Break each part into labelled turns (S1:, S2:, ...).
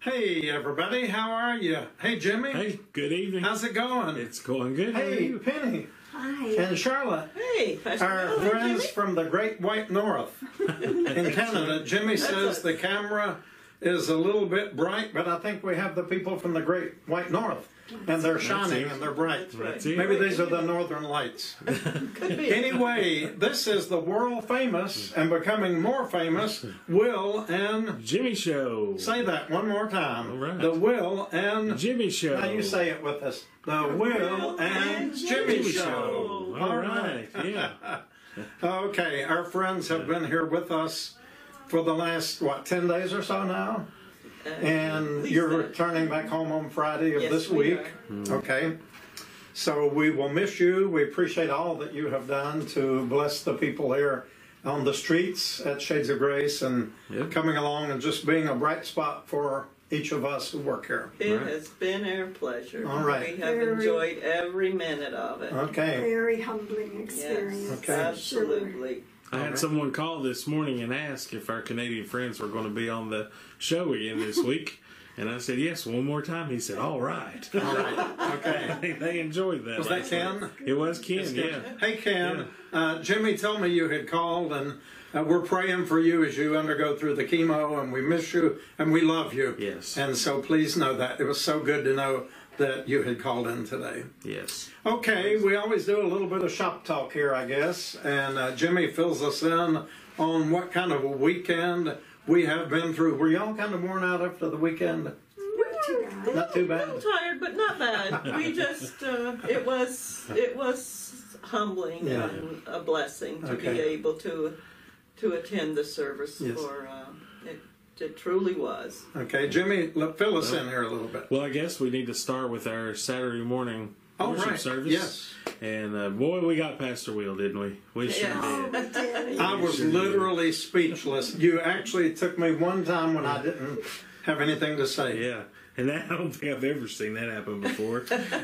S1: Hey, everybody, how are you? Hey, Jimmy,
S2: Hey, good evening.
S1: how's it going?
S2: It's going good. How are
S1: hey,
S2: you?
S1: Penny
S3: Hi.
S1: and Charlotte,
S4: Hey, pleasure
S1: our
S4: to know you,
S1: friends
S4: Jimmy.
S1: from the Great White North in Canada. Jimmy says the camera is a little bit bright, but I think we have the people from the Great White North, and they're shining
S2: it.
S1: and they're bright.
S4: That's right.
S2: That's it.
S1: Maybe these are the Northern Lights.
S4: Could be.
S1: Anyway, this is the world famous and becoming more famous Will and
S2: Jimmy Show.
S1: say that one more time.
S2: All right.
S1: The Will and
S2: Jimmy Show.
S1: Now you say it with us. The Will and Jimmy
S2: Jimmy
S1: Show.
S2: Show. All right. Yeah.
S1: Okay, our friends have been here with us for the last, what, 10 days or so now? And
S4: Uh, least
S1: you're
S4: that.
S1: returning back home on Friday of
S4: Yes,
S1: this
S4: we
S1: week.
S4: are.
S1: Okay. So we will miss you. We appreciate all that you have done to bless the people here on the streets at Shades of Grace and
S2: Yep.
S1: coming along and just being a bright spot for each of us who work here.
S4: it
S2: Right.
S4: has been our pleasure.
S1: All right.
S4: We have
S3: Very-
S4: enjoyed every minute of it.
S1: Okay.
S3: Very humbling experience.
S4: Yes,
S1: Okay.
S4: absolutely.
S2: I had someone call this morning and ask if our Canadian friends were going to be on the show again this week. And I said, yes, one more time. He said, all right.
S1: All right. Okay.
S2: they enjoyed that.
S1: Was that
S2: last night.
S1: Ken?
S2: It was Ken, yeah.
S1: Hey, Ken. Uh, Jimmy, tell me you had called, and uh, we're praying for you as you undergo through the chemo, and we miss you, and we love you.
S2: Yes.
S1: And so please know that. It was so good to know that you had called in today.
S2: Yes.
S1: Okay, we always do a little bit of shop talk here, I guess, and uh, Jimmy fills us in on what kind of a weekend we have been through. Were y'all kind of worn out after the weekend?
S3: Too
S1: Not too bad.
S4: I'm tired, but not bad. we just uh, it was it was humbling
S1: Yeah.
S4: and a blessing to be
S1: Okay.
S4: able to to attend the service
S1: Yes.
S4: for. Uh, it, it truly was.
S1: Okay, Jimmy, l- fill us in here a little bit.
S2: Well, I guess we need to start with our Saturday morning
S1: Oh,
S2: worship
S1: right.
S2: service.
S1: Yes.
S2: And uh, boy, we got Pastor Wheel, didn't we? We sure
S4: Yes.
S1: Oh,
S2: did.
S3: bad. Did.
S1: I was literally speechless. You actually took me one time when I didn't have anything to say.
S2: Yeah. And that, I don't think I've ever seen that happen before.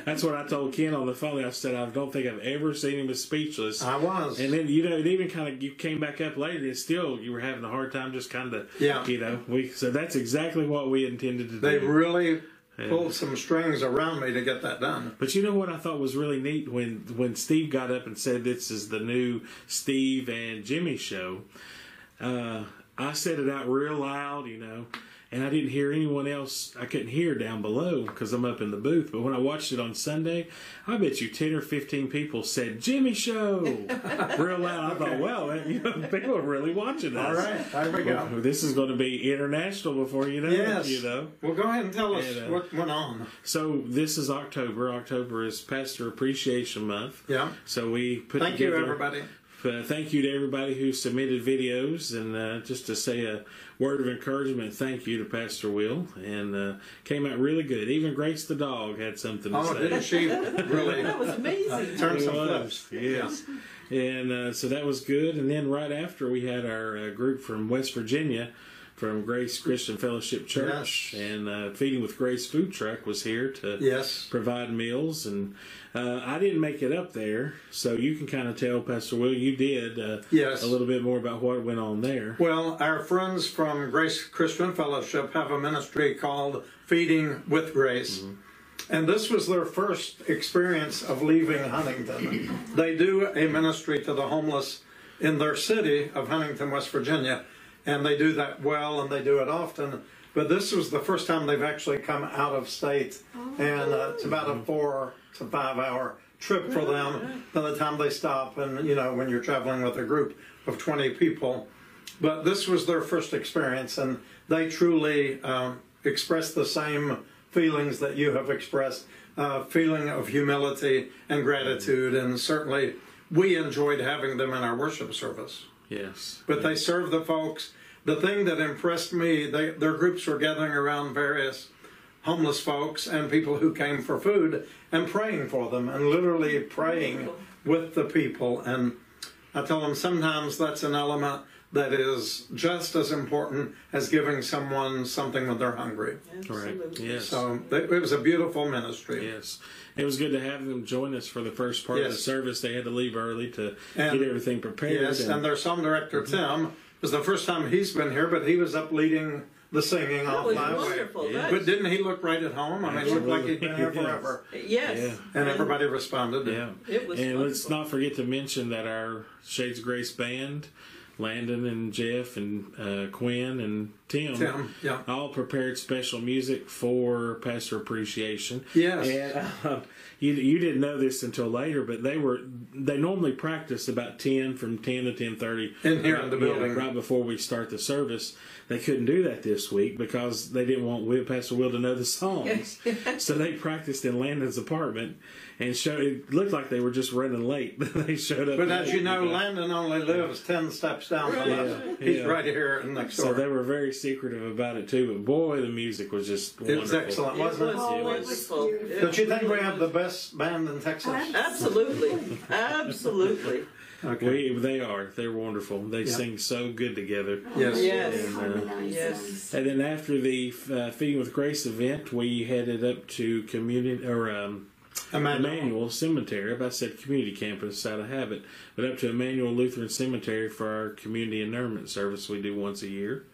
S2: That's what I told Ken on the phone. I said, I don't think I've ever seen him as speechless.
S1: I was.
S2: and then, you know, it even kind of, you came back up later and still you were having a hard time just kind of,
S1: Yeah.
S2: you know, we, so that's exactly what we intended to
S1: they
S2: do.
S1: really pulled some strings around me to get that done.
S2: But you know what I thought was really neat when when Steve got up and said this is the new Steve and Jimmy show. Uh, I said it out real loud, you know, and I didn't hear anyone else. I couldn't hear down below because I'm up in the booth. But when I watched it on Sunday, I bet you ten or fifteen people said Jimmy show real loud. I thought, well, eh, you know, people are really watching us.
S1: All right, there we go.
S2: This is going to be international before you know
S1: Yes.
S2: it. You know.
S1: Well, go ahead and tell us
S2: And, uh,
S1: what went on.
S2: So this is October. October is Pastor Appreciation Month.
S1: Yeah.
S2: So we put
S1: Thank you,
S2: together.
S1: everybody.
S2: Uh, thank you to everybody who submitted videos, and uh, just to say a word of encouragement, thank you to Pastor Will, and uh, came out really good. Even Grace the dog had something to
S1: Oh,
S2: say.
S1: didn't she really uh,
S4: That was amazing.
S1: turn some
S2: was,
S1: flips?
S2: yes. And uh, so that was good. And then right after, we had our uh, group from West Virginia, from Grace Christian Fellowship Church,
S1: Yes.
S2: and uh, Feeding with Grace Food Truck was here to
S1: Yes.
S2: provide meals. And uh, I didn't make it up there, so you can kind of tell Pastor Will you did uh,
S1: Yes.
S2: a little bit more about what went on there.
S1: Well, our friends from Grace Christian Fellowship have a ministry called Feeding with Grace. And this was their first experience of leaving Huntington. they do a ministry to the homeless in their city of Huntington, West Virginia, and they do that well and they do it often. But this was the first time they've actually come out of state, and uh, it's about a four to five hour trip for them by the time they stop. And you know, when you're traveling with a group of 20 people, but this was their first experience, and they truly um, expressed the same feelings that you have expressed uh, feeling of humility and gratitude. And certainly, we enjoyed having them in our worship service.
S2: Yes.
S1: But they served the folks. The thing that impressed me, they, their groups were gathering around various homeless folks and people who came for food and praying for them and literally praying with the people. And I tell them sometimes that's an element that is just as important as giving someone something when they're hungry.
S2: Right.
S4: Absolutely.
S2: Yes.
S1: So they, it was a beautiful ministry.
S2: Yes, it was good to have them join us for the first part of the
S1: Yes.
S2: service. They had to leave early to
S1: And-
S2: get everything prepared. Mm-hmm.
S1: Yes, and their song director Tim it was the first time he's been here, but he was up leading the singing
S4: That
S1: off
S4: was
S1: my way.
S4: wonderful.
S2: Yeah.
S4: That's-
S1: But didn't he look right at home? I mean, he looked like he'd been there
S2: Absolutely.
S1: forever.
S4: yes.
S1: And everybody responded.
S2: Yeah.
S4: It was
S2: and let's
S4: wonderful.
S2: not forget to mention that our Shades of Grace band, Landon and Jeff and uh, Quinn and Tim,
S1: Tim, yeah.
S2: all prepared special music for Pastor Appreciation.
S1: Yes.
S2: And um, you you didn't know this until later, but they were they normally practice about ten from ten to ten thirty
S1: In here in the building.
S2: right before we start the service. They couldn't do that this week because they didn't want Will Pastor Will to know the songs. so they practiced in Landon's apartment and showed. It looked like they were just running late. they showed up.
S1: But as you know,
S2: Yeah.
S1: Landon only lives 10 steps down the
S4: Right.
S1: left.
S2: Yeah.
S1: He's
S2: Yeah.
S1: right here next
S2: So
S1: door.
S2: they were very secretive about it too. But boy, the music was just
S1: it
S2: wonderful.
S1: was excellent,
S4: It was
S1: wasn't it?
S4: wonderful.
S3: It was
S1: Don't you think we have the best band in Texas?
S4: Absolutely. Absolutely.
S1: Okay.
S2: We, they are. They're wonderful. They
S1: Yeah.
S2: sing so good together.
S1: Yes.
S4: Yes.
S3: Harmonize
S4: Yes.
S3: them.
S2: And then after the uh, Feeding with Grace event, we headed up to community or um,
S1: Emmanuel.
S2: Emmanuel Cemetery. If I said community campus, out of habit, but up to Emmanuel Lutheran Cemetery for our community inurnment service we do once a year.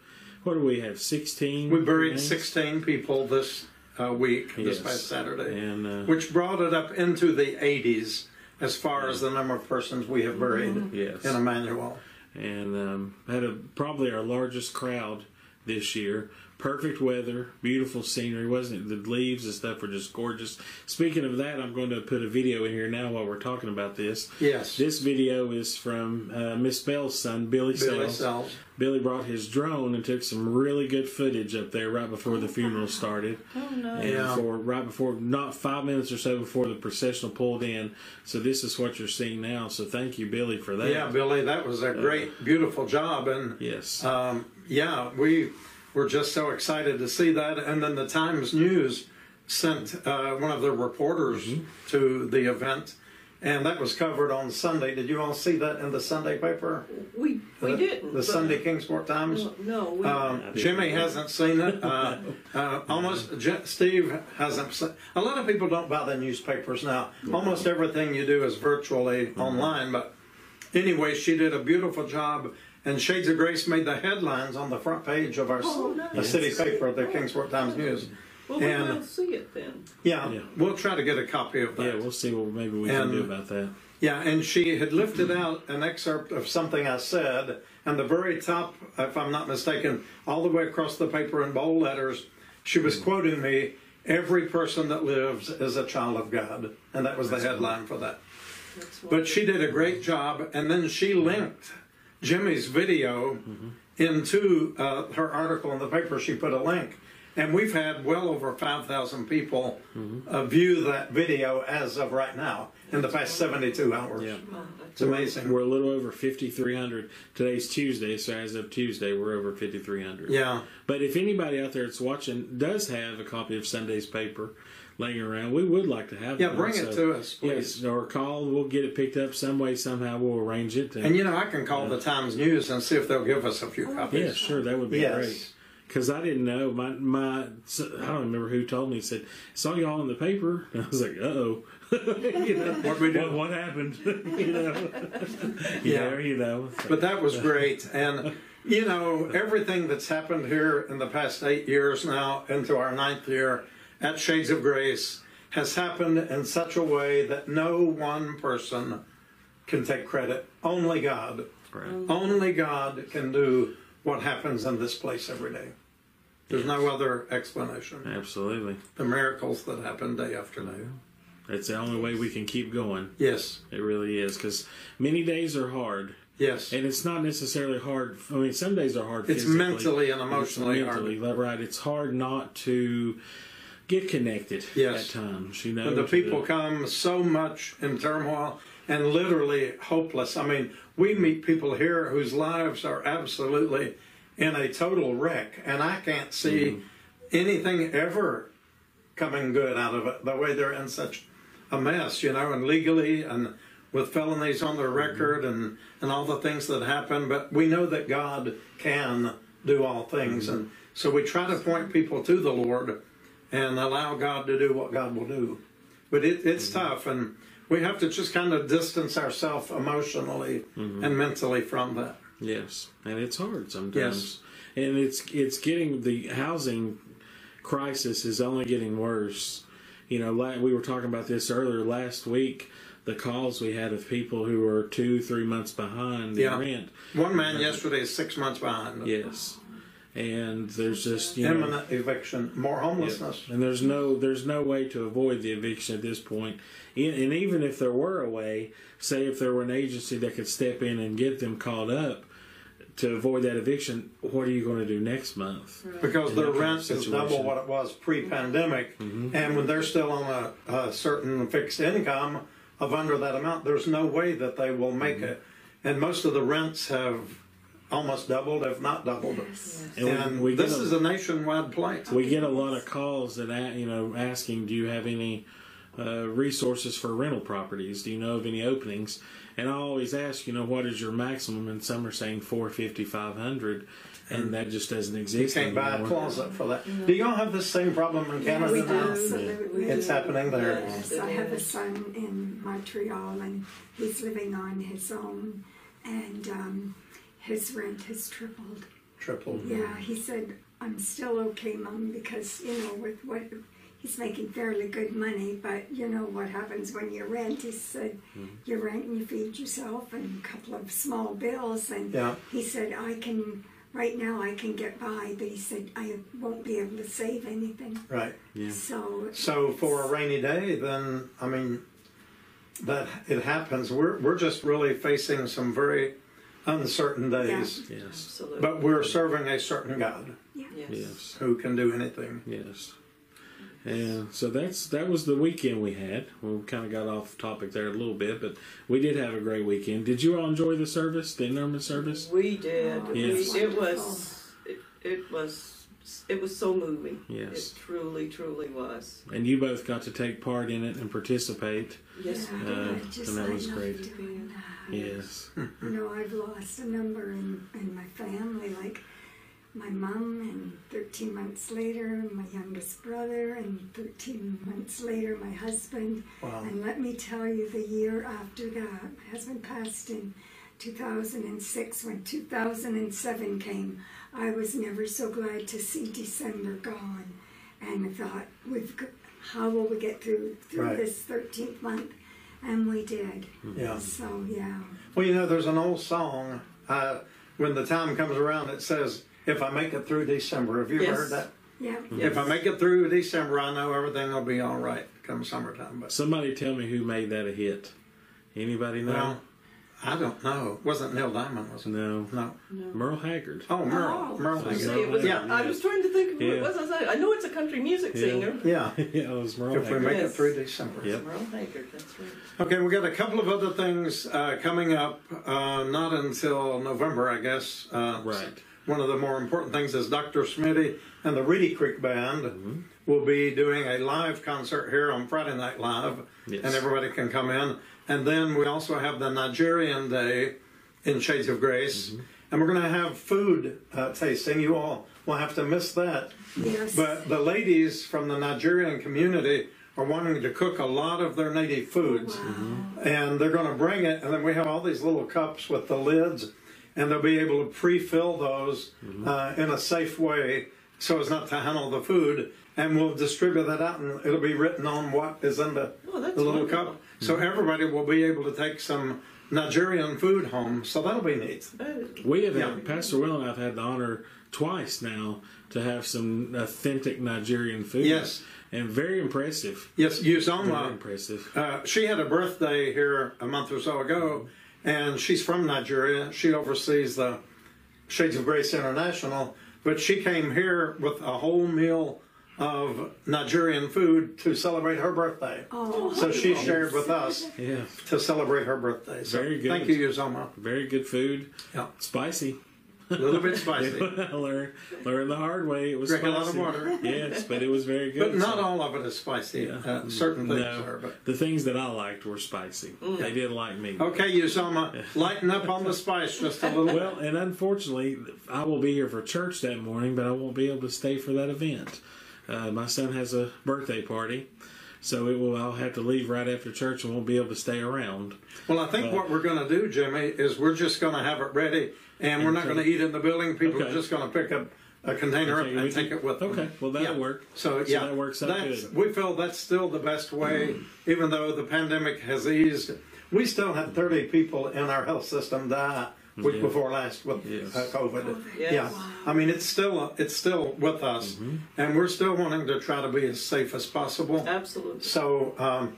S2: What do we have? Sixteen.
S1: We buried
S2: remains?
S1: 16 people this uh, week, this
S2: Yes.
S1: past Saturday,
S2: And uh,
S1: which brought it up into the 80s as far as the number of persons we have buried
S2: yes,
S1: in Emmanuel.
S2: and um, had a, probably our largest crowd this year. Perfect weather, beautiful scenery, wasn't it? The leaves and stuff were just gorgeous. Speaking of that, I'm going to put a video in here now while we're talking about this.
S1: Yes.
S2: This video is from uh, Miss Bell's son, Billy,
S1: Billy
S2: Sells.
S1: Sells.
S2: Billy brought his drone and took some really good footage up there right before the funeral started.
S4: Oh, no.
S2: And
S1: Yeah.
S2: for right before, not five minutes or so before the processional pulled in. So this is what you're seeing now. So thank you, Billy, for that.
S1: Yeah, Billy, that was a great, beautiful job. And
S2: Yes.
S1: um, yeah, we were just so excited to see that. And then the Times News sent uh, one of their reporters
S2: Mm-hmm.
S1: to the event, and that was covered on Sunday. Did you all see that in the Sunday paper?
S4: We we Mm-hmm.
S1: The-
S4: didn't.
S1: The
S4: but-
S1: Sunday Kingsport Times?
S4: No, No, we
S1: Um, Jimmy hasn't seen it. Uh, uh, almost J- Steve hasn't. se- A lot of people don't buy the newspapers now. Almost everything you do is virtually online. But anyway, she did a beautiful job, and Shades of Grace made the headlines on the front page of our s-
S4: Oh, nice.
S1: the city paper, the Kingsport Times News.
S4: Well, we
S1: and-
S4: will see it then.
S1: Yeah,
S2: Yeah.
S1: we'll try to get a copy of that.
S2: yeah, we'll see what maybe we
S1: And-
S2: can do about that.
S1: Yeah, and she had lifted out an excerpt of something I said, and the very top, if I'm not mistaken, all the way across the paper in bold letters, she was quoting me, Every person that lives is a child of God. And that was the headline for that.
S4: That's
S1: But she did a great job, and then she linked Jimmy's video into uh, her article in the paper. She put a link, and we've had well over 5,000 people uh, view that video as of right now in the past 72 hours.
S2: Yeah.
S4: wonderful.
S1: It's
S4: That's
S1: amazing.
S2: We're a little over 5,300. Today's Tuesday, so as of Tuesday, we're over 5,300.
S1: yeah,
S2: But if anybody out there that's watching does have a copy of Sunday's paper laying around, we would like to have
S1: Yeah,
S2: one.
S1: bring it to us, please.
S2: Yes, or call. We'll get it picked up some way, somehow. We'll arrange it.
S1: and you know, I can call the Times News and see if they'll give us a few
S2: yeah,
S1: copies.
S2: sure, that would be
S1: Yes.
S2: great. Because I didn't know. My, my, I don't remember who told me, said, saw y'all in the paper. And I was like, uh oh. you know,
S1: What we do.
S2: what, what happened? you know,
S1: Yeah.
S2: yeah, you know. It's like,
S1: But that was great. And, you know, everything that's happened here in the past eight years now into our ninth year at Shades of Grace has happened in such a way that no one person can take credit. Only God.
S2: right.
S1: Only God can do what happens in this place every day. There's no other explanation.
S2: Absolutely.
S1: The miracles that happen day after day.
S2: That's the only way we can keep going.
S1: Yes,
S2: It really is because many days are hard,
S1: yes.
S2: and it's not necessarily hard. I mean, some days are hard.
S1: It's
S2: physically.
S1: mentally and
S2: It's
S1: emotionally
S2: mentally,
S1: hard.
S2: but right. It's hard not to get connected
S1: Yes.
S2: at times. You know,
S1: And the
S2: to
S1: people come so much in turmoil and literally hopeless. I mean, we meet people here whose lives are absolutely in a total wreck, and I can't see anything ever coming good out of it. The way they're in such a mess, you know, and legally and with felonies on their record and and all the things that happen. But we know that God can do all things, and so we try to point people to the Lord and allow God to do what God will do. But it, it's
S2: Mm-hmm.
S1: tough, and we have to just kind of distance
S2: Mm-hmm.
S1: ourselves emotionally and mentally from that.
S2: Yes, and it's hard sometimes.
S1: Yes.
S2: and it's it's getting the housing crisis is only getting worse. You know, like we were talking about this earlier last week. The calls we had of people who were two, three months behind the
S1: Yeah.
S2: rent.
S1: One man yesterday is six months behind.
S2: Yes, and there's just you know,
S1: Imminent eviction, more homelessness.
S2: and there's no there's no way to avoid the eviction at this point. And and even if there were a way, say if there were an agency that could step in and get them caught up to avoid that eviction, what are you going to do next month?
S1: Because
S2: In that
S1: their
S2: kind of
S1: rent is double
S2: situation. Mm-hmm.
S1: what it was pre-pandemic, and when they're still on a, a certain fixed income of under that amount, there's no way that they will make
S2: Mm-hmm.
S1: it. And most of the rents have almost doubled, if not doubled.
S2: And we-
S1: And
S2: we
S1: this
S2: get a-
S1: is a nationwide plight.
S2: We get a lot of calls that a- you know asking, do you have any uh, resources for rental properties? Do you know of any openings? And I always ask, you know, what is your maximum? And some are saying 450, 500, and that just doesn't exist
S1: Hmm. Can't buy a
S2: anymore.
S1: closet for that. Do y'all have the same problem in Canada
S3: we
S1: now?
S3: do. Absolutely.
S1: It's happening there.
S4: Yes,
S3: So I
S4: it
S3: have a
S4: is.
S3: son in Montreal, and he's living on his own, and um, his rent has tripled.
S1: Triple.
S3: Yeah, he said, "I'm still okay, mom, because you know with what he's making fairly good money, but you know what happens when you rent." He said,
S2: Mm-hmm.
S3: "You rent and you feed yourself and a couple of small bills," and
S1: Yeah.
S3: he said, "I can." Right now, I can get by, but he said I won't be able to save anything.
S1: Right.
S2: Yeah.
S3: So
S1: So for a rainy day, then I mean, that it happens. We're we're just really facing some very uncertain days,
S2: Yes,
S4: Absolutely.
S1: but we're serving a certain God
S4: yes.
S2: yes.
S1: who can do anything.
S2: Yes. And so that's that was the weekend we had. We kind of got off topic there a little bit, but we did have a great weekend. Did you all enjoy the service, the Norman service?
S4: We did.
S2: Yes.
S4: We, it was. It, it was. It was so moving.
S2: Yes.
S4: It truly, truly was.
S2: And you both got to take part in it and participate.
S4: Yes.
S3: yeah,
S4: we
S2: Uh,
S4: did.
S3: I just
S2: and that
S3: I
S2: was
S3: love
S2: great.
S3: doing that.
S2: Yes.
S3: You know, I've lost a number in, in my family, like my mom, and 13 months later, my youngest brother, and 13 months later, my husband.
S1: Wow.
S3: And let me tell you, the year after that, my husband passed in 2006. When 2007 came, I was never so glad to see December gone. And I thought, we've, g- how will we get through, through
S1: Right. Hmm.
S3: this 13th month? And we did.
S1: Yeah.
S3: So, yeah.
S1: Well, you know, there's an old song. Uh, when the time comes around, it says, "If I make it through December." Have you ever
S4: Yes.
S1: heard that?
S3: Yeah.
S1: If I make it through December, I know everything will be all right come summertime. But
S2: Somebody tell me who made that a hit. Anybody know?
S1: well, I don't know. It wasn't Neil Diamond, was it?
S2: No.
S1: No.
S2: Merle Haggard.
S1: Oh, Merle.
S4: Oh.
S1: Merle.
S4: See,
S2: Merle
S4: it was,
S1: Yeah.
S4: I was trying to think of who
S2: Yeah.
S4: it was. I, was like, I know it's a country music
S2: Yeah.
S4: singer.
S1: Yeah.
S2: yeah, it was Merle
S1: If we
S2: Haggard.
S1: make it
S4: Yes.
S1: through December.
S2: Yep.
S4: Merle Haggard, that's right.
S1: Okay, we got a couple of other things uh, coming up. Uh, not until November, I guess. Uh,
S2: Right.
S1: One of the more important things is Dr. Smitty and the Reedy Creek Band
S2: Mm-hmm.
S1: will be doing a live concert here on Friday Night Live,
S2: Yes.
S1: and everybody can come in. And then we also have the Nigerian Day in Shades of Grace,
S2: Mm-hmm.
S1: and we're going to have food uh, tasting. You all will have to miss that.
S3: Yes.
S1: But the ladies from the Nigerian community are wanting to cook a lot of their native foods.
S4: Mm-hmm.
S1: And they're going to bring it, and then we have all these little cups with the lids, and they'll be able to pre fill those
S2: Mm-hmm.
S1: uh, in a safe way so as not to handle the food. And we'll distribute that out, and it'll be written on what is in the,
S4: Oh, that's
S1: the little
S4: wonderful.
S1: cup. So
S2: Mm-hmm.
S1: everybody will be able to take some Nigerian food home. So that'll be neat.
S4: That-
S2: We have
S1: Yeah.
S2: had, Pastor Will and I have had the honor twice now to have some authentic Nigerian food.
S1: Yes.
S2: And very impressive.
S1: Yes, use on
S2: Very impressive.
S1: Uh, she had a birthday here a month or so ago, and she's from Nigeria. She oversees the Shades of Grace International, but she came here with a whole meal of Nigerian food to celebrate her birthday.
S3: Oh,
S1: So she shared with us
S2: Yeah.
S1: to celebrate her birthday. So
S2: Very good.
S1: Thank you, Yuzoma.
S2: Very good food.
S1: Yeah,
S2: Spicy.
S1: a little bit spicy.
S2: I learned, learned the hard way. It was
S1: Drink a
S2: spicy.
S1: lot of water.
S2: Yes, but it was very good.
S1: But not
S2: So-
S1: all of it is spicy. Uh, certain things are. But. Mm.
S2: the things that I liked were spicy. They did like me.
S1: Okay, Yuzoma, lighten up on the spice just a little bit.
S2: Well, and unfortunately, I will be here for church that morning, but I won't be able to stay for that event. Uh, my son has a birthday party, So it will. I'll have to leave right after church and won't be able to stay around.
S1: Well, I think what we're going to do, Jimmy, is we're just going to have it ready, and we're not going to eat in the building. People
S2: Okay.
S1: are just going to pick up a container
S2: Okay,
S1: and
S2: we
S1: take
S2: can-
S1: it with them.
S2: okay, well, that'll work.
S1: So,
S2: So
S1: yeah,
S2: that works out
S1: that's,
S2: good. Mm.
S1: We feel that's still the best way, even though the pandemic has eased. We still had 30 people in our health system die week
S2: Yeah.
S1: before last with
S2: Yes.
S1: uh, COVID.
S4: Yes.
S1: Yeah, I mean it's still it's still with us,
S2: Mm-hmm.
S1: and we're still wanting to try to be as safe as possible.
S4: Absolutely.
S1: So um,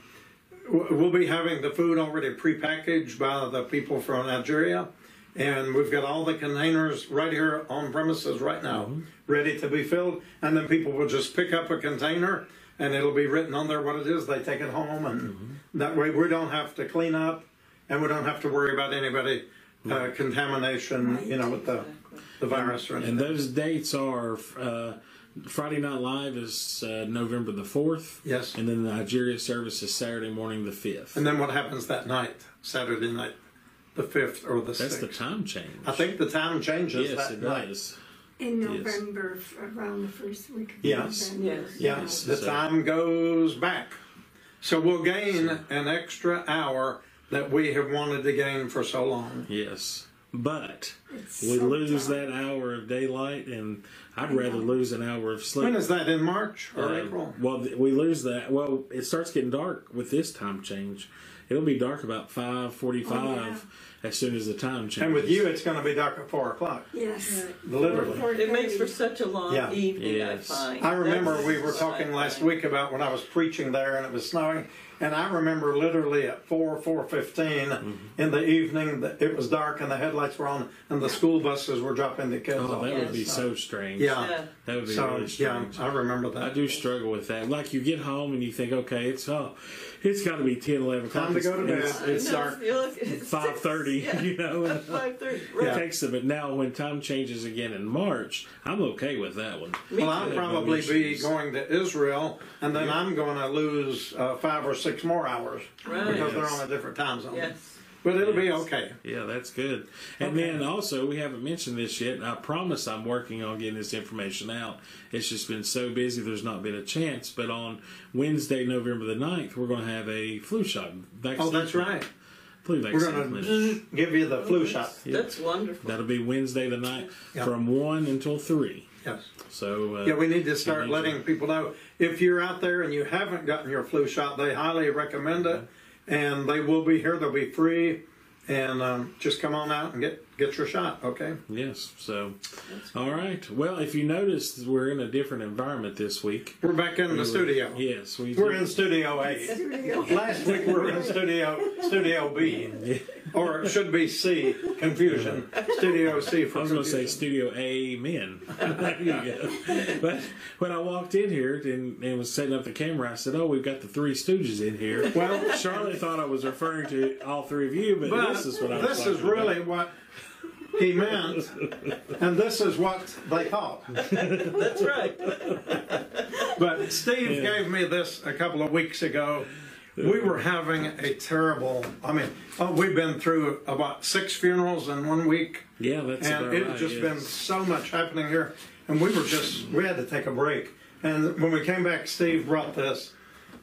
S1: w- we'll be having the food already prepackaged by the people from Nigeria, and we've got all the containers right here on premises right now,
S2: Mm-hmm.
S1: ready to be filled. And then people will just pick up a container, and it'll be written on there what it is. They take it home, and
S2: Mm-hmm.
S1: that way we don't have to clean up, and we don't have to worry about anybody uh, contamination, you know, with the the virus or anything.
S2: And those dates are uh, Friday Night Live is uh, November the fourth.
S1: Yes.
S2: And then the Nigeria service is Saturday morning the fifth.
S1: And then what happens that night, Saturday night, the fifth or the
S2: That's
S1: sixth?
S2: the time change.
S1: I think the time changes
S2: yes,
S1: that
S2: it
S1: night.
S2: does.
S3: In
S2: Yes.
S3: November, f- around the first week of
S1: Yes.
S3: November.
S4: Yes.
S1: Yeah,
S2: Yes,
S1: the
S2: so-
S1: time goes back. So we'll gain an extra hour that we have wanted to gain for so long.
S2: Yes, but
S3: It's
S2: we
S3: so
S2: lose
S3: dark.
S2: that hour of daylight, and I'd rather lose an hour of sleep.
S1: When is that in March or
S2: Uh,
S1: April?
S2: Well, th- we lose that. Well, it starts getting dark with this time change. It'll be dark about five forty-five
S3: Oh,
S2: as soon as the time changes.
S1: And with you, it's going to be dark at four o'clock,
S3: Yes.
S1: literally.
S4: It makes for such a long
S1: Yeah.
S4: evening,
S2: Yes.
S4: I find.
S1: I remember
S4: That's
S1: we were
S4: what
S1: talking
S4: I
S1: last
S4: find.
S1: week about when I was preaching there and it was snowing, and I remember literally at four four
S2: Mm-hmm.
S1: in the evening that it was dark and the headlights were on and the school buses were dropping the kids
S2: oh,
S1: off.
S2: that would be
S4: Yes.
S2: so strange.
S1: yeah.
S4: Yeah.
S2: that would be
S1: So
S2: really
S1: yeah,
S2: strange.
S1: I remember that.
S2: I do struggle with that. Like you get home and you think, okay, it's oh, it's got to be 10, 11 o'clock.
S1: Time to go to
S2: It's-
S1: bed.
S2: it's-
S4: I
S1: It's
S4: know,
S1: dark.
S4: you look- it's
S2: five thirty.
S4: six-
S2: You know,
S1: uh,
S4: Yeah.
S2: it
S4: Five thirty. Right.
S2: takes them. But now, when time changes again in March, I'm okay with that one.
S1: Well, I'll
S2: too.
S1: probably be
S2: Issues.
S1: going to Israel, and then I'm going to lose uh, five or six more hours
S4: Right.
S1: because they're
S2: Yes.
S1: on a different time zone.
S4: Yes.
S1: But it'll be
S2: Yes.
S1: okay.
S2: Yeah, that's good. And
S1: Okay.
S2: then also, we haven't mentioned this yet. and I promise I'm working on getting this information out. It's just been so busy, there's not been a chance. But on Wednesday, November the 9th, we're going to have a flu shot. Vaccine
S1: Oh, that's right.
S2: Flu vaccine.
S1: We're going to give you the flu shot.
S4: That's wonderful.
S2: That'll be Wednesday the 9th
S1: Yeah.
S2: from 1 until 3.
S1: Yes.
S2: So, uh,
S1: Yeah, we need to start
S2: need to-
S1: letting people know if you're out there and you haven't gotten your flu shot, they highly recommend it, and they will be here. They'll be free, and um, just come on out and get get your shot. Okay.
S2: yes. So, all right. Well, if you notice, we're in a different environment this week.
S1: We're back in the studio.
S2: Yes. We
S1: We're in Studio A. Last week we were in Studio Studio B, or it should be C. Confusion. Studio C for
S2: I was going to say
S1: confusion.
S2: Studio Amen. there you go. But when I walked in here and, and was setting up the camera, I said, "Oh, we've got the Three Stooges in here."
S1: Well-
S2: Charlotte thought I was referring to all three of you, but,
S1: But
S2: this is what I was
S1: this
S2: talking
S1: is really what he meant, and this is what they thought.
S4: That's right.
S1: Oh, But Steve
S2: Yeah.
S1: gave me this a couple of weeks ago. We were having a terrible. I mean, oh, we've been through about six funerals in one week.
S2: Yeah, that's
S1: and
S2: about
S1: it had
S2: right,
S1: just
S2: yes.
S1: been so much happening here, and we were just we had to take a break. And when we came back, Steve brought this,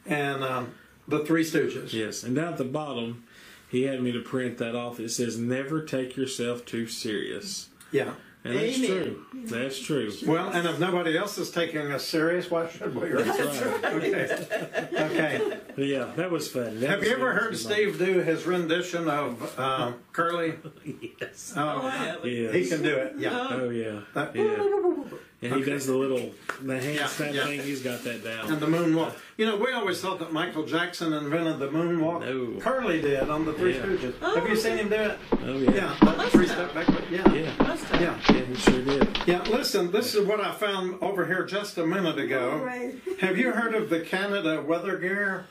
S1: and um, the Three Stooges.
S2: Yes, and down at the bottom, he had me to print that off. It says, "Never take yourself too serious,"
S1: Yeah.
S2: and that's
S4: Amen.
S2: true. That's true.
S1: Well, and if nobody else is taking us serious, why should we? Okay. Okay.
S2: Yeah, that was fun. That
S1: Have
S2: was-
S1: you ever
S2: that
S1: heard
S2: was
S1: Steve do his rendition of um, Curly?
S2: fun. Yes.
S4: Oh, I
S1: Oh,
S4: have it.
S2: Yes.
S1: he can do it. Yeah.
S2: Oh yeah.
S1: That-
S2: yeah. And he
S1: Okay.
S2: does the little the hand
S1: Yeah,
S2: snap
S1: yeah.
S2: thing. He's got that down.
S1: And the moonwalk. You know, we always thought that Michael Jackson invented the moonwalk.
S2: No.
S1: Curly did on the Three
S2: Yeah.
S1: Stooges. Have you seen him do it?
S2: Oh
S1: Yeah, that three step backward. Yeah. yeah.
S2: Yeah,
S4: Must have.
S1: Yeah,
S2: yeah, he sure did.
S1: listen, this is what I found over here just a minute ago.
S3: Right.
S1: Have you heard of the Canada weather gear?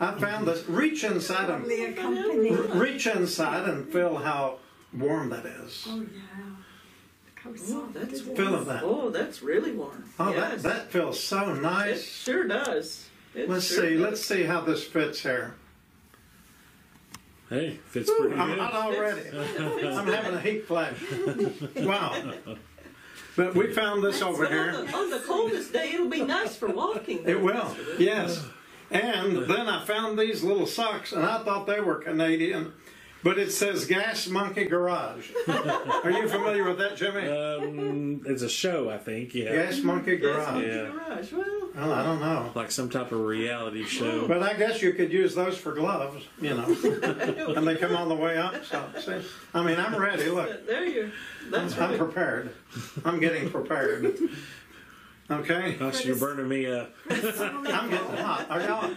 S1: I found this. Reach inside and
S3: Probably a company.
S1: r- reach inside and feel how warm that is.
S3: Oh, yeah. Look how soft it
S4: Oh, that's
S3: is.
S1: Feel of that.
S4: Oh, that's really warm.
S1: Oh, that,
S4: yes.
S1: that feels so
S4: It
S1: nice.
S4: sure does. It
S1: Let's
S4: sure
S1: see.
S4: does.
S1: Let's see how this fits here.
S2: Hey, fits pretty
S1: I'm
S2: good.
S1: hot already. I'm having a heat flash. Wow. But we found this over
S4: But
S1: here.
S4: On the, on the coldest day, it'll be nice for walking.
S1: It will. Yes. And then I found these little socks, and I thought they were Canadian, but it says Gas Monkey Garage. Are you familiar with that, Jimmy?
S2: Um, it's a show, I think. Yeah.
S1: Gas Monkey
S4: Yes,
S1: Garage.
S4: Monkey
S2: Yeah.
S4: Garage. Well,
S1: Well, I don't know.
S2: Like some type of reality show.
S1: But I guess you could use those for gloves, you know, and they come all the way up. So, see, I mean, I'm ready. Look,
S4: but there you. That's
S1: I'm
S4: right.
S1: prepared. I'm getting prepared. Okay,
S2: Gosh, you're burning me up.
S1: I'm getting hot. Are y'all?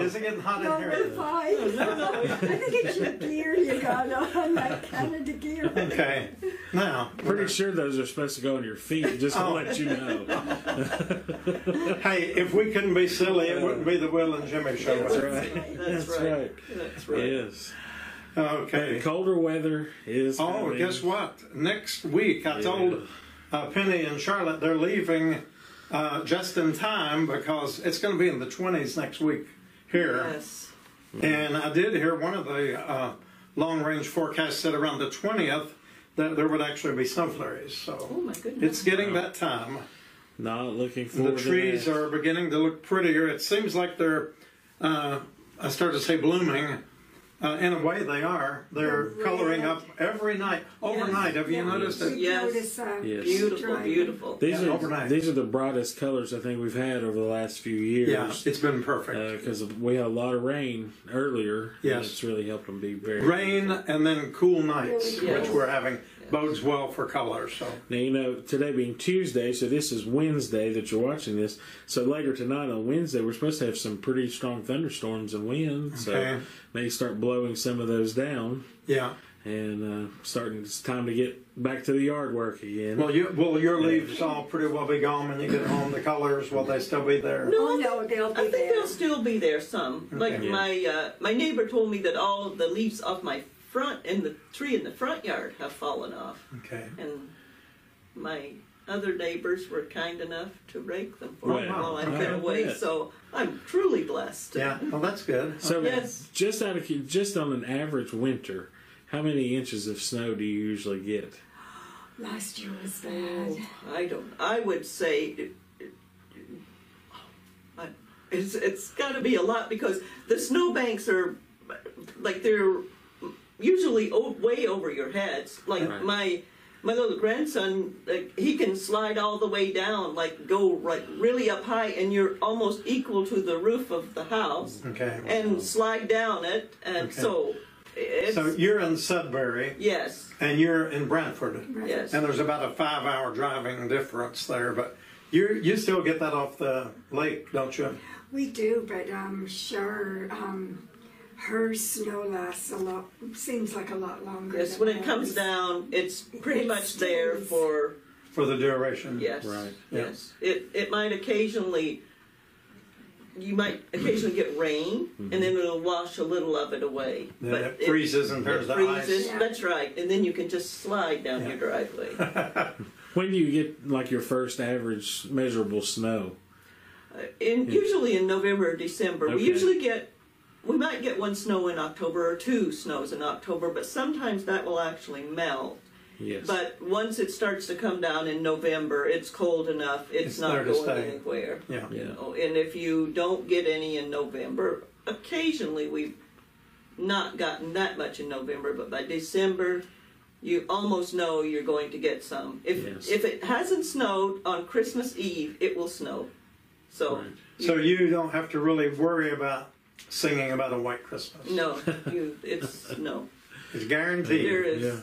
S1: Is it getting hot in
S3: Don't be
S1: here?
S3: fighting. Oh, I think it's your gear you got on, that Canada gear.
S1: Okay, now
S2: Pretty sure those are supposed to go on your feet. Just
S1: Oh.
S2: to let you know.
S1: Hey, if we couldn't be silly, it wouldn't be the Will and Jimmy show.
S4: That's
S1: would it?
S4: right.
S2: That's
S4: That's right.
S2: right.
S4: That's right.
S2: Yes.
S1: Okay.
S2: Colder weather is.
S1: Oh,
S2: coming.
S1: guess what? Next week, I told uh, Penny and Charlotte they're leaving uh, just in time because it's going to be in the 20s next week here.
S4: Yes.
S1: And I did hear one of the uh, long range forecasts said around the 20th that there would actually be sun flurries.
S4: Oh
S1: So
S4: my goodness.
S1: it's getting that time.
S2: Not looking
S1: The
S2: forward.
S1: trees
S2: to that.
S1: are beginning to look prettier. It seems like they're, uh, I started to say blooming. Uh, in a way, they are. They're
S3: They're
S1: coloring
S3: red.
S1: up every night, overnight. Have you
S3: Yeah,
S1: noticed
S3: we
S1: it?
S4: Yes.
S3: noticed that.
S2: Yes.
S4: beautiful,
S3: Right.
S4: beautiful.
S2: These
S1: Yeah,
S2: are
S1: overnight.
S2: these are the brightest colors I think we've had over the last few years.
S1: Yeah, it's been perfect.
S2: because we had a lot of rain earlier. and
S1: Yes.
S2: it's really helped them be very
S1: Rain and then cool nights,
S3: Really
S1: which
S4: cool.
S1: we're having, bodes well for color. So
S2: Now you know today being Tuesday, so this is Wednesday that you're watching this. So later tonight on Wednesday, we're supposed to have some pretty strong thunderstorms and wind. So
S1: Okay.
S2: may start blowing some of those down
S1: yeah.
S2: and uh, starting. It's time to get back to the yard work again.
S1: Well, you well your leaves all pretty well be gone when you get home. The colors will they still be there?
S3: Oh, no, they'll
S4: I
S3: be
S4: think
S3: there.
S4: they'll still be there some. Like
S1: Yeah.
S4: my uh, my neighbor told me that all of the leaves off my front and the tree in the front yard have fallen off,
S1: Okay.
S4: and my other neighbors were kind enough to rake them for me
S2: Wow.
S4: while I've
S2: Okay.
S4: been away.
S2: Yeah.
S4: So I'm truly blessed.
S1: Yeah. Well, that's good.
S2: so
S4: yes.
S2: just out of cu- just on an average winter, how many inches of snow do you usually get?
S3: Last year was bad.
S4: Oh, I don't. I would say. it- it- I- It's it's got to be a lot because the snowbanks are like they're usually o- way over your heads. Like
S2: Right.
S4: my my little grandson, like, he can slide all the way down, like go like really up high, and you're almost equal to the roof of the house,
S1: Okay.
S4: and slide down it, and
S1: Okay.
S4: so it's
S1: so you're in Sudbury
S4: yes,
S1: and you're in Brantford.
S3: Right.
S4: yes.
S1: And there's about a five hour driving difference there, but you you still get that off the lake, don't you?
S3: We do, but um, sure, um, her snow lasts a lot, seems like a lot longer.
S4: Yes,
S3: than
S4: when it comes
S3: ours.
S4: down, it's pretty
S3: It
S4: much there
S3: stays.
S4: for
S1: For the duration.
S4: yes,
S2: Right.
S1: Yeah.
S4: yes. It it might occasionally, you might occasionally get rain, and then it'll wash a little of it away.
S1: Mm-hmm. Then it freezes and turns
S4: it
S1: to ice.
S4: freezes.
S3: Yeah.
S4: That's right, and then you can just slide down
S1: Yeah.
S4: your driveway. Uh,
S2: When do you get like your first average measurable snow?
S4: Uh, in usually in November or December.
S2: Okay.
S4: We usually get we might get one snow in October or two snows in October, but sometimes that will actually melt.
S2: Yes,
S4: But once it starts to come down in November, it's cold enough. It's,
S1: It's there
S4: not
S1: to
S4: going
S1: stay.
S4: anywhere.
S1: Yeah.
S2: yeah.
S4: Oh, and if you don't get any in November, occasionally we've not gotten that much in November, but by December, you almost know you're going to get some. If
S2: Yes.
S4: if it hasn't snowed on Christmas Eve, it will snow. So
S2: Right.
S1: So you don't have to really worry about singing about a white Christmas.
S4: no, you it's no.
S1: It's
S4: There
S1: guaranteed.
S4: is
S2: Yeah.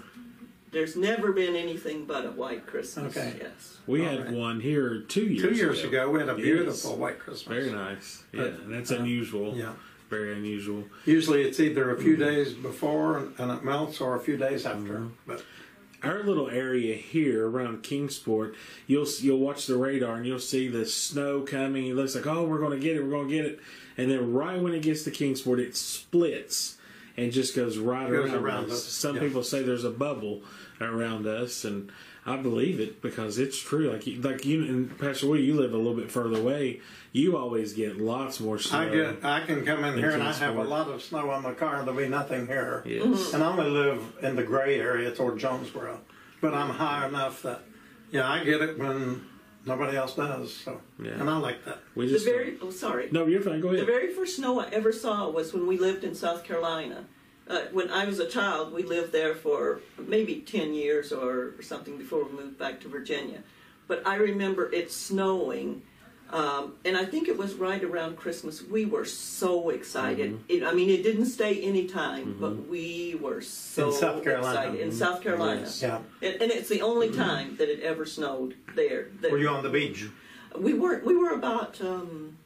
S4: there's never been anything but a white Christmas.
S1: Okay.
S4: Yes.
S2: We
S1: All
S2: had
S1: right.
S2: one here two years
S1: Two years
S2: ago.
S1: ago, we had a
S2: Yes.
S1: beautiful white Christmas.
S2: Very nice. Yeah,
S1: But,
S2: and that's
S1: uh,
S2: unusual.
S1: Yeah.
S2: Very unusual.
S1: Usually it's either a few
S2: Mm-hmm.
S1: days before and it melts or a few days after. But
S2: Our little area here around Kingsport, you'll you'll watch the radar and you'll see the snow coming. It looks like oh we're going to get it, we're going to get it, and then right when it gets to Kingsport, it splits and just goes right
S1: Goes
S2: around,
S1: around
S2: us.
S1: us,
S2: Some
S1: yeah.
S2: people say there's a bubble around us, and I believe it because it's true. Like you, like you and Pastor Will, you live a little bit further away. You always get lots more snow.
S1: I get, I can come in here and I have a
S2: Kingsport.
S1: lot of snow on my car. There'll be nothing here.
S2: Yes.
S1: And I only live in the gray area toward Jonesboro, but I'm high enough that, yeah, I get it when Nobody else does. So,
S2: Yeah.
S1: and I like that.
S2: We
S4: The
S2: just
S4: very oh sorry.
S2: no, you're fine. Go
S4: The
S2: ahead.
S4: very first snow I ever saw was when we lived in South Carolina. Uh, when I was a child, we lived there for maybe 10 years or, or something before we moved back to Virginia. But I remember it snowing, um, and I think it was right around Christmas. We were so excited. It, I mean, it didn't stay any time, but we were so
S1: Mm-hmm. In South Carolina.
S4: excited. In South Carolina.
S2: Yes.
S1: Yeah. Mm-hmm.
S4: And, and it's the only time that it ever snowed there. that-
S1: Were you on the beach?
S4: we weren't. We were about um,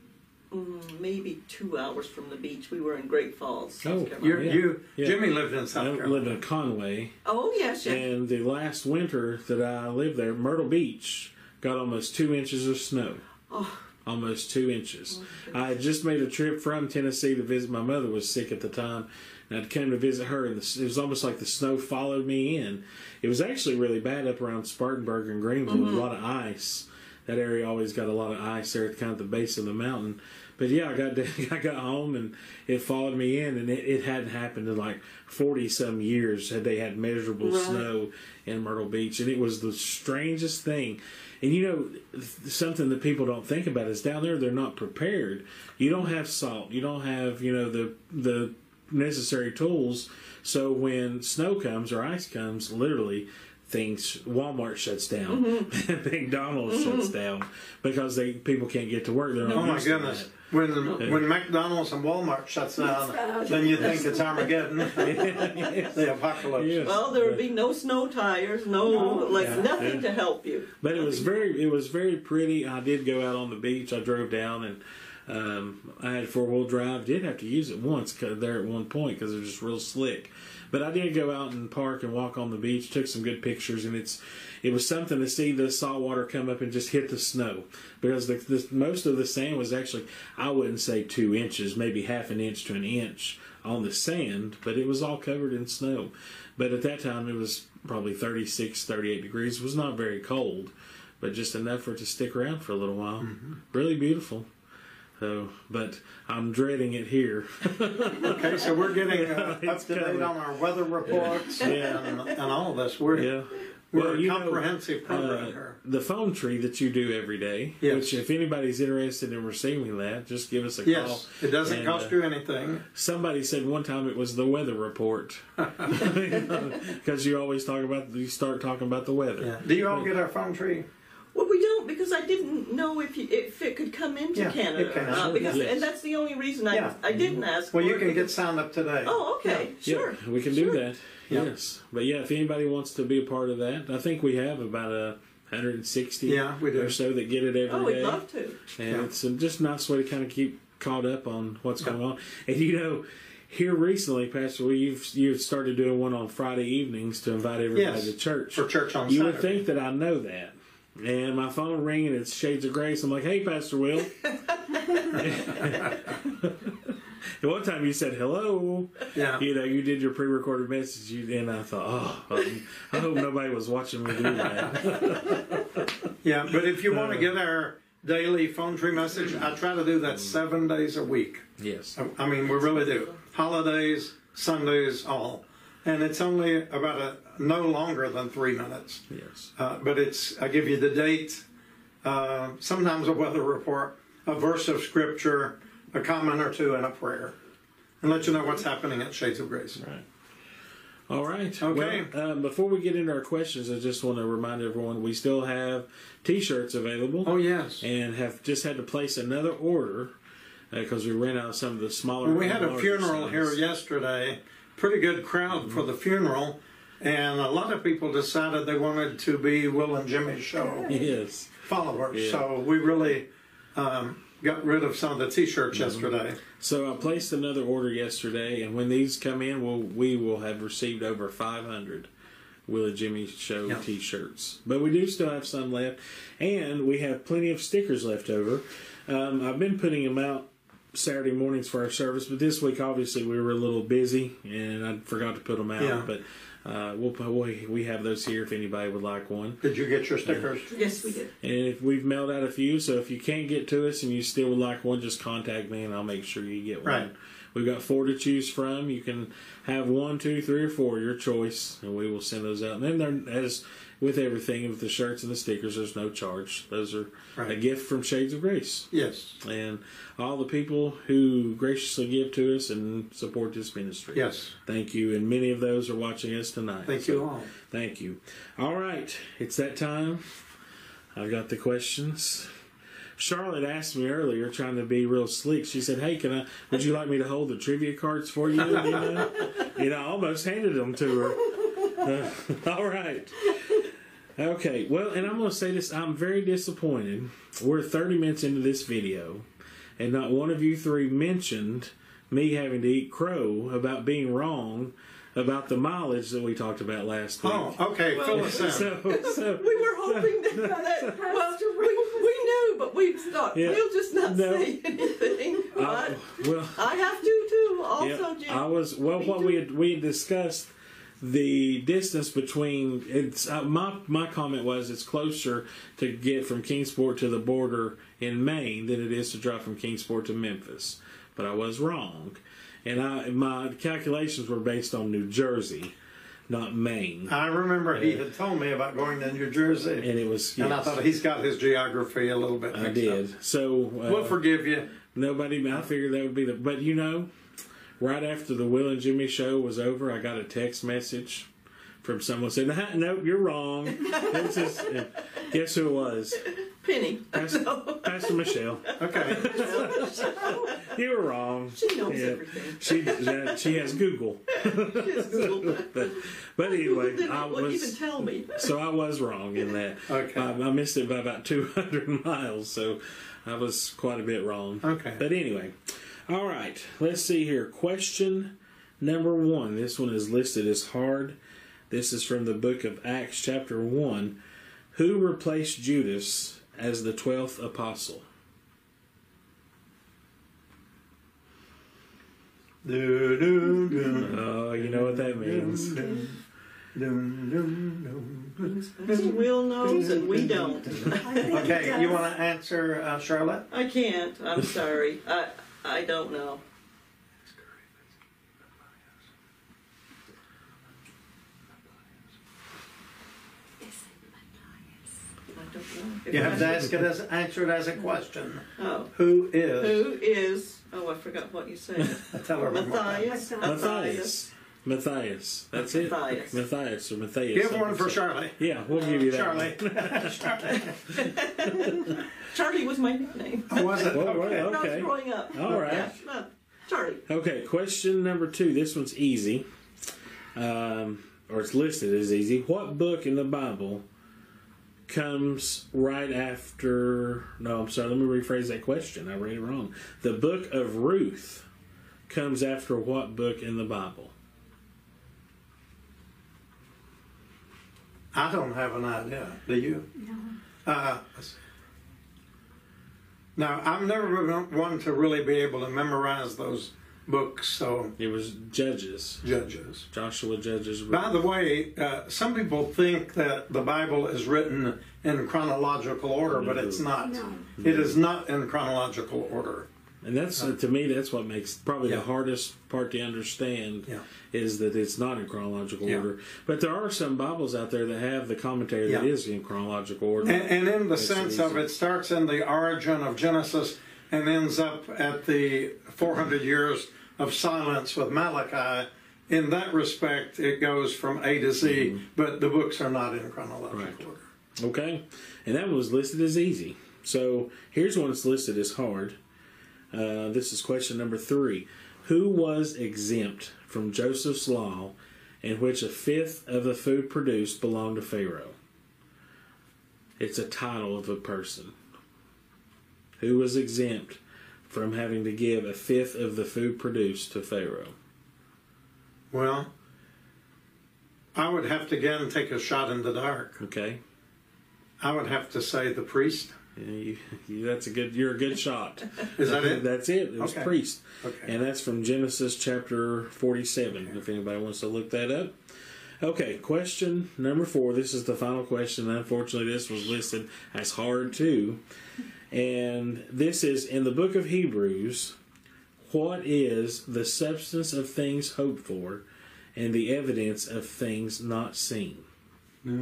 S4: mm, maybe two hours from the beach. We were in Great Falls. South
S2: Oh,
S4: Carolina.
S1: You,
S2: Yeah.
S1: you
S2: Yeah.
S1: Jimmy lived in
S2: I
S1: South
S2: live
S1: Carolina.
S2: in Conway,
S4: oh yes, yes.
S2: and the last winter that I lived there, Myrtle Beach got almost two inches of snow.
S4: Oh.
S2: Almost two inches. I had just made a trip from Tennessee to visit my mother. Was sick at the time, and I'd come to visit her, and the, it was almost like the snow followed me in. It was actually really bad up around Spartanburg and Greenville. A lot of ice. That area always got a lot of ice there at kind of the base of the mountain. But yeah, I got down- I got home and it followed me in, and it, it hadn't happened in like forty some years. Had they had measurable
S4: Right.
S2: snow in Myrtle Beach, and it was the strangest thing. And you know, th- something that people don't think about is down there they're not prepared. You don't have salt. You don't have you know the the necessary tools. So when snow comes or ice comes, literally things Walmart shuts down, McDonald's shuts down because they people can't get to work. They're not
S1: Oh my
S2: used to
S1: goodness!
S2: that.
S1: When when McDonald's and Walmart shuts down,
S3: bad.
S1: then you think it's Armageddon, the apocalypse.
S2: Yes.
S4: Well, there would be no snow tires, no like
S2: Yeah.
S4: nothing
S2: Yeah.
S4: to help you.
S2: But it was very it was very pretty. I did go out on the beach. I drove down and um, I had four wheel drive. Did have to use it once 'cause- there at one point because it was just real slick. But I did go out and park and walk on the beach. Took some good pictures and it's it was something to see the salt water come up and just hit the snow because the, the most of the sand was actually I wouldn't say two inches, maybe half an inch to an inch on the sand, but it was all covered in snow. But at that time, it was probably 36, 38 degrees. It was not very cold, but just enough for it to stick around for a little while.
S1: Mm-hmm.
S2: Really beautiful. So, but I'm dreading it here.
S1: Okay, so we're getting uh, up
S2: It's
S1: to date
S2: kinda-
S1: on our weather reports and, and all of this. We're
S2: yeah.
S1: we're
S2: Well,
S1: a
S2: you know,
S1: comprehensive program
S2: uh,
S1: here.
S2: the phone tree that you do every day,
S1: Yes.
S2: which if anybody's interested in receiving that, just give us a call.
S1: Yes, it doesn't
S2: and,
S1: cost
S2: uh,
S1: you anything.
S2: Somebody said one time it was the weather report because you always talk about you start talking about the weather.
S1: Do you all get our phone tree?
S4: Well, we don't because I didn't know if you, if it could come into
S1: Yeah, it
S4: Canada
S1: can.
S4: or not. Because
S2: Yes. Mm-hmm.
S4: and that's the only reason I
S1: Yeah.
S4: I didn't ask.
S1: Well,
S4: for
S1: you
S4: it
S1: can get
S4: because-
S1: signed up today.
S4: Oh, okay,
S2: Yeah,
S4: sure.
S2: we can do that.
S1: Yeah.
S2: Yes, but yeah, if anybody wants to be a part of that, I think we have about a 160
S1: Yeah, we do.
S2: or so that get it every day.
S4: Oh, we'd love to.
S2: and
S1: Yeah.
S2: it's a just nice way to kind of keep caught up on what's going on. And you know, here recently, Pastor, well, you've you've started doing one on Friday evenings to invite everybody
S1: Yes,
S2: to church
S1: for church on
S2: You would
S1: Saturday.
S2: think that I know that. And my phone ringing, it's Shades of Grace. I'm like, hey, Pastor Will. At one time you said hello.
S1: Yeah.
S2: You know, you did your pre recorded message, you, and I thought, oh, um, I hope nobody was watching me do that.
S1: Yeah, but if you want
S2: Uh,
S1: to get our daily phone tree message, I try to do
S2: Mm.
S1: that seven days a week.
S2: yes.
S1: I- I mean, we really do. Holidays, Sundays, all. And it's only about a no longer than three minutes.
S2: Yes.
S1: Uh, but it's I give you the date, uh, sometimes a weather report, a verse of scripture, a comment or two, and a prayer, and let you know what's happening at Shades of Grace.
S2: Right. All right.
S1: Okay.
S2: Well, um, before we get into our questions, I just want to remind everyone we still have T-shirts available.
S1: Oh yes.
S2: And have just had to place another order because we ran out of some of the smaller.
S1: We had a
S2: larger
S1: funeral here
S2: size.
S1: yesterday. Pretty good crowd for the funeral, and a lot of people decided they wanted to be Will and Jimmy's show
S2: Yes.
S1: followers.
S2: Yeah.
S1: So we really um, got rid of some of the T-shirts
S2: Mm-hmm.
S1: yesterday.
S2: So I placed another order yesterday, and when these come in, we'll, we will have received over 500 Willie Jimmy Show
S1: Yeah.
S2: T-shirts. But we do still have some left, and we have plenty of stickers left over. Um, I've been putting them out Saturday mornings for our service, but this week obviously we were a little busy, and I forgot to put them out.
S1: Yeah.
S2: But uh, we'll, we we have those here if anybody would like one.
S1: Did you get your stickers?
S4: Yes, we did.
S2: And if we've mailed out a few, so if you can't get to us and you still would like one, just contact me and I'll make sure you get one.
S1: Right.
S2: We've got four to choose from. You can have one, two, three, or four, your choice, and we will send those out. And then there, as with everything, with the shirts and the stickers, there's no charge. Those are a
S1: Right.
S2: gift from Shades of Grace
S1: Yes.
S2: and all the people who graciously give to us and support this ministry.
S1: Yes.
S2: Thank you. And many of those are watching us tonight.
S1: Thank
S2: So,
S1: you all.
S2: Thank you. All right. It's that time. I've got the questions. Charlotte asked me earlier, trying to be real slick. She said, "Hey, can I? Would you like me to hold the trivia cards for you?" You know, and I almost handed them to her. Uh, All right. Okay. Well, and I'm going to say this I'm very disappointed. We're 30 minutes into this video, and not one of you three mentioned me having to eat crow about being wrong about the mileage that we talked about last week.
S1: Oh, okay. Fill us in.
S2: So, so
S4: We were hoping that, that well, we, we knew, but we thought
S2: Yeah.
S4: we'll just not
S2: No. Uh,
S4: say anything. But
S2: I, well,
S4: I have to too.
S2: yeah,
S4: Also, Jim.
S2: I was well.
S4: Me
S2: What
S4: too.
S2: we had we had discussed the distance between it's uh, my my comment was it's closer to get from Kingsport to the border in Maine than it is to drive from Kingsport to Memphis, but I was wrong, and I my calculations were based on New Jersey, not Maine,
S1: I remember he had told me about going to New Jersey,
S2: and it was
S1: and I
S2: yes,
S1: thought he's got his geography a little bit.
S2: I
S1: mixed up.
S2: did. So uh,
S1: We'll forgive you.
S2: Nobody, I figured that would be the. But you know, right after the Will and Jimmy show was over, I got a text message from someone saying, "Nah, "Nope, you're wrong." This is- and guess who it was?
S4: Penny.
S2: Pastor, Pastor Michelle.
S1: Okay.
S2: You were wrong.
S4: She knows
S2: Yeah.
S4: everything.
S2: She that- she has Google,
S4: Just Google.
S2: but but anyway,
S4: Didn't
S2: I
S4: even
S2: was
S4: tell me.
S2: so I was wrong in that.
S1: Okay.
S2: Um, I missed it by about 200 miles, so I was quite a bit wrong.
S1: Okay.
S2: But anyway, all right, let's see here. Question number one. This one is listed as hard. This is from the book of Acts, chapter 1. Who replaced Judas as the 12th apostle?
S1: Do, do, do,
S2: Oh, you know what that means.
S1: do, do, do, do.
S4: Will knows and we don't.
S3: I think it
S1: Okay, you
S3: does.
S1: want to answer, uh, Charlotte?
S4: I can't. I'm sorry. I I don't know.
S3: Is it Matthias?
S4: I don't know. If
S1: You have to
S4: I-
S1: ask it as answer it as a question.
S4: Oh.
S1: Who is?
S4: Who is? Oh, I forgot what you said.
S1: Tell her one more time.
S4: Matthias.
S2: Matthias. Matthias. That's it.
S4: Matthias.
S2: Matthias or Matthias.
S1: Give one for Charlie.
S2: Yeah, we'll give you that. one.
S1: Charlie. Charlie.
S4: Charlie was my nickname.
S1: Oh, Was it?
S2: Well,
S1: Okay.
S2: well,
S4: When I
S2: Okay.
S4: was growing up.
S2: All right.
S4: Yeah, no, Charlie.
S2: Okay, question number two. This one's easy, um, or it's listed as easy. What book in the Bible comes right after? No, I'm sorry. Let me rephrase that question. I read it wrong. The book of Ruth comes after what book in the Bible?
S1: I don't have an idea. Do you?
S3: No.
S1: Uh, now, I've never been one to really be able to memorize those books, so
S2: It was Judges.
S1: judges.
S2: Joshua Judges. Ruth.
S1: By the way, uh, some people think that the Bible is written in chronological order, but it's not.
S3: No.
S1: It is not in chronological order.
S2: And that's to me, that's what makes probably
S1: Uh, Yeah.
S2: the hardest part to understand
S1: Yeah.
S2: is that it's not in chronological
S1: Yeah.
S2: order. But there are some Bibles out there that have the commentary that
S1: Yeah.
S2: is in chronological order.
S1: And, and in the
S2: That's
S1: sense
S2: the
S1: of
S2: reason.
S1: it starts in the origin of Genesis and ends up at the 400 years of silence with Malachi. In that respect, it goes from A to Z, but the books are not in chronological
S2: Right.
S1: order.
S2: Okay, and that one was listed as easy. So here's one that's listed as hard. Uh, this is question number three. Who was exempt from Joseph's law, in which a fifth of the food produced belonged to Pharaoh? It's a title of a person. Who was exempt from having to give a fifth of the food produced to Pharaoh?
S1: Well, I would have to again take a shot in the dark.
S2: Okay,
S1: I would have to say the priest.
S2: Yeah, you, you, that's a good. You're a good shot.
S1: Is that it?
S2: That's it. It was
S1: Okay.
S2: priest.
S1: Okay.
S2: And that's from Genesis chapter 47, if anybody wants to look that up. Okay, question number four. This is the final question. Unfortunately, this was listed as hard too. And this is in the book of Hebrews, What is the substance of things hoped for and the evidence of things not seen?
S1: Tell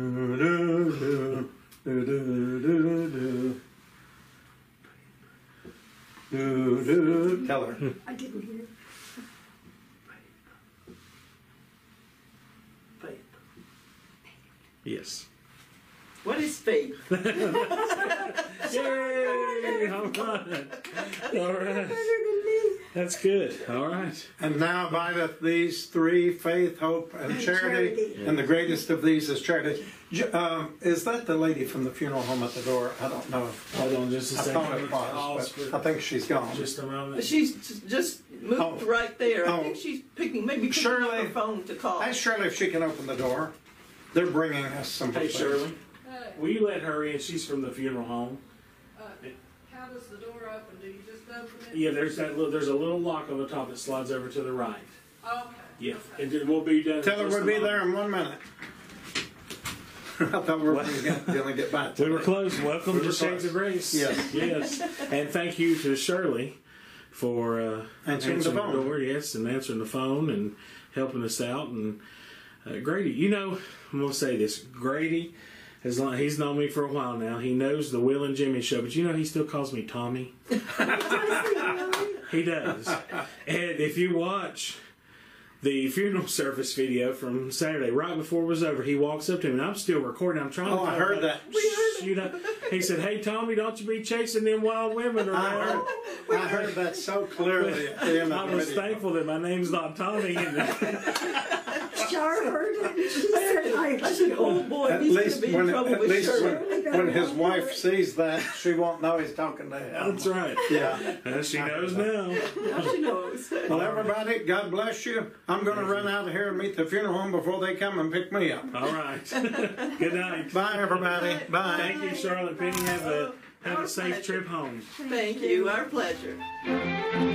S1: her.
S3: I didn't hear.
S4: Faith.
S2: Yes.
S4: What is faith?
S2: Yay! All right. All right. That's good. All right.
S1: And now abideth these three faith, hope, and charity.
S3: charity.
S1: And the greatest of these is charity. J- Um, is that the lady from the funeral home at the door? I don't know.
S2: Hold on just a
S1: I
S2: second.
S1: thought it was, but I think she's gone.
S2: just a moment.
S4: She's j- just moved
S1: Oh.
S4: right there. I
S1: Oh.
S4: think she's picking, maybe picking up
S1: Shirley.
S4: her phone to call.
S1: Ask Shirley if she can open the door. They're bringing us some.
S2: Hey, Shirley.
S5: Hey,
S2: Will you let her in? She's from the funeral home.
S5: how does the door open? Do you just open it?
S2: Yeah, there's that. Little, there's a little lock on the top that slides over to the right.
S5: Okay.
S2: Yeah, and then we'll be done. in
S1: Tell her
S2: just
S1: we'll
S2: a
S1: be
S2: moment.
S1: there in one minute. I thought we were going to get back to Oh,
S2: We were close. Welcome
S1: We
S2: to
S1: were
S2: Shades
S1: close.
S2: of Grace.
S1: Yes.
S2: yes, and thank you to Shirley for uh,
S1: Answering the phone.
S2: door, yes, and answering the phone and helping us out. And uh, Grady, you know, I'm gonna say this: Grady, as long he's known me for a while now, he knows the Will and Jimmy show, but you know, he still calls me Tommy. He does. and if you watch the funeral service video from Saturday, right before it was over, he walks up to me, and I'm still recording. I'm trying to.
S1: Oh, I
S2: find
S1: heard
S2: out-
S1: that.
S2: You know, he said, "Hey Tommy, don't you be chasing them wild women
S1: I heard,
S2: around."
S1: I heard that so clearly at the end
S2: I
S1: of the
S2: was
S1: video.
S2: thankful that my name's not Tommy. And
S3: Char heard it. and She said,
S4: I
S3: I
S4: said, oh boy,
S1: At
S4: he's going to
S1: least,
S4: be
S1: when,
S4: in trouble
S1: at
S4: with
S1: least
S4: Shirley.
S1: when, when his wife sees that, she won't know he's talking to him.
S2: that's right.
S1: Yeah.
S2: Uh, she knows now.
S4: Now she knows.
S1: Well, everybody, God bless you. I'm going to run out of here and meet the funeral home before they come and pick me up.
S2: All right. Good night.
S1: Bye, everybody. Bye.
S2: Thank you, Charlotte Penny. Have a have a safe trip home.
S4: Thank you. Our pleasure.
S3: heard.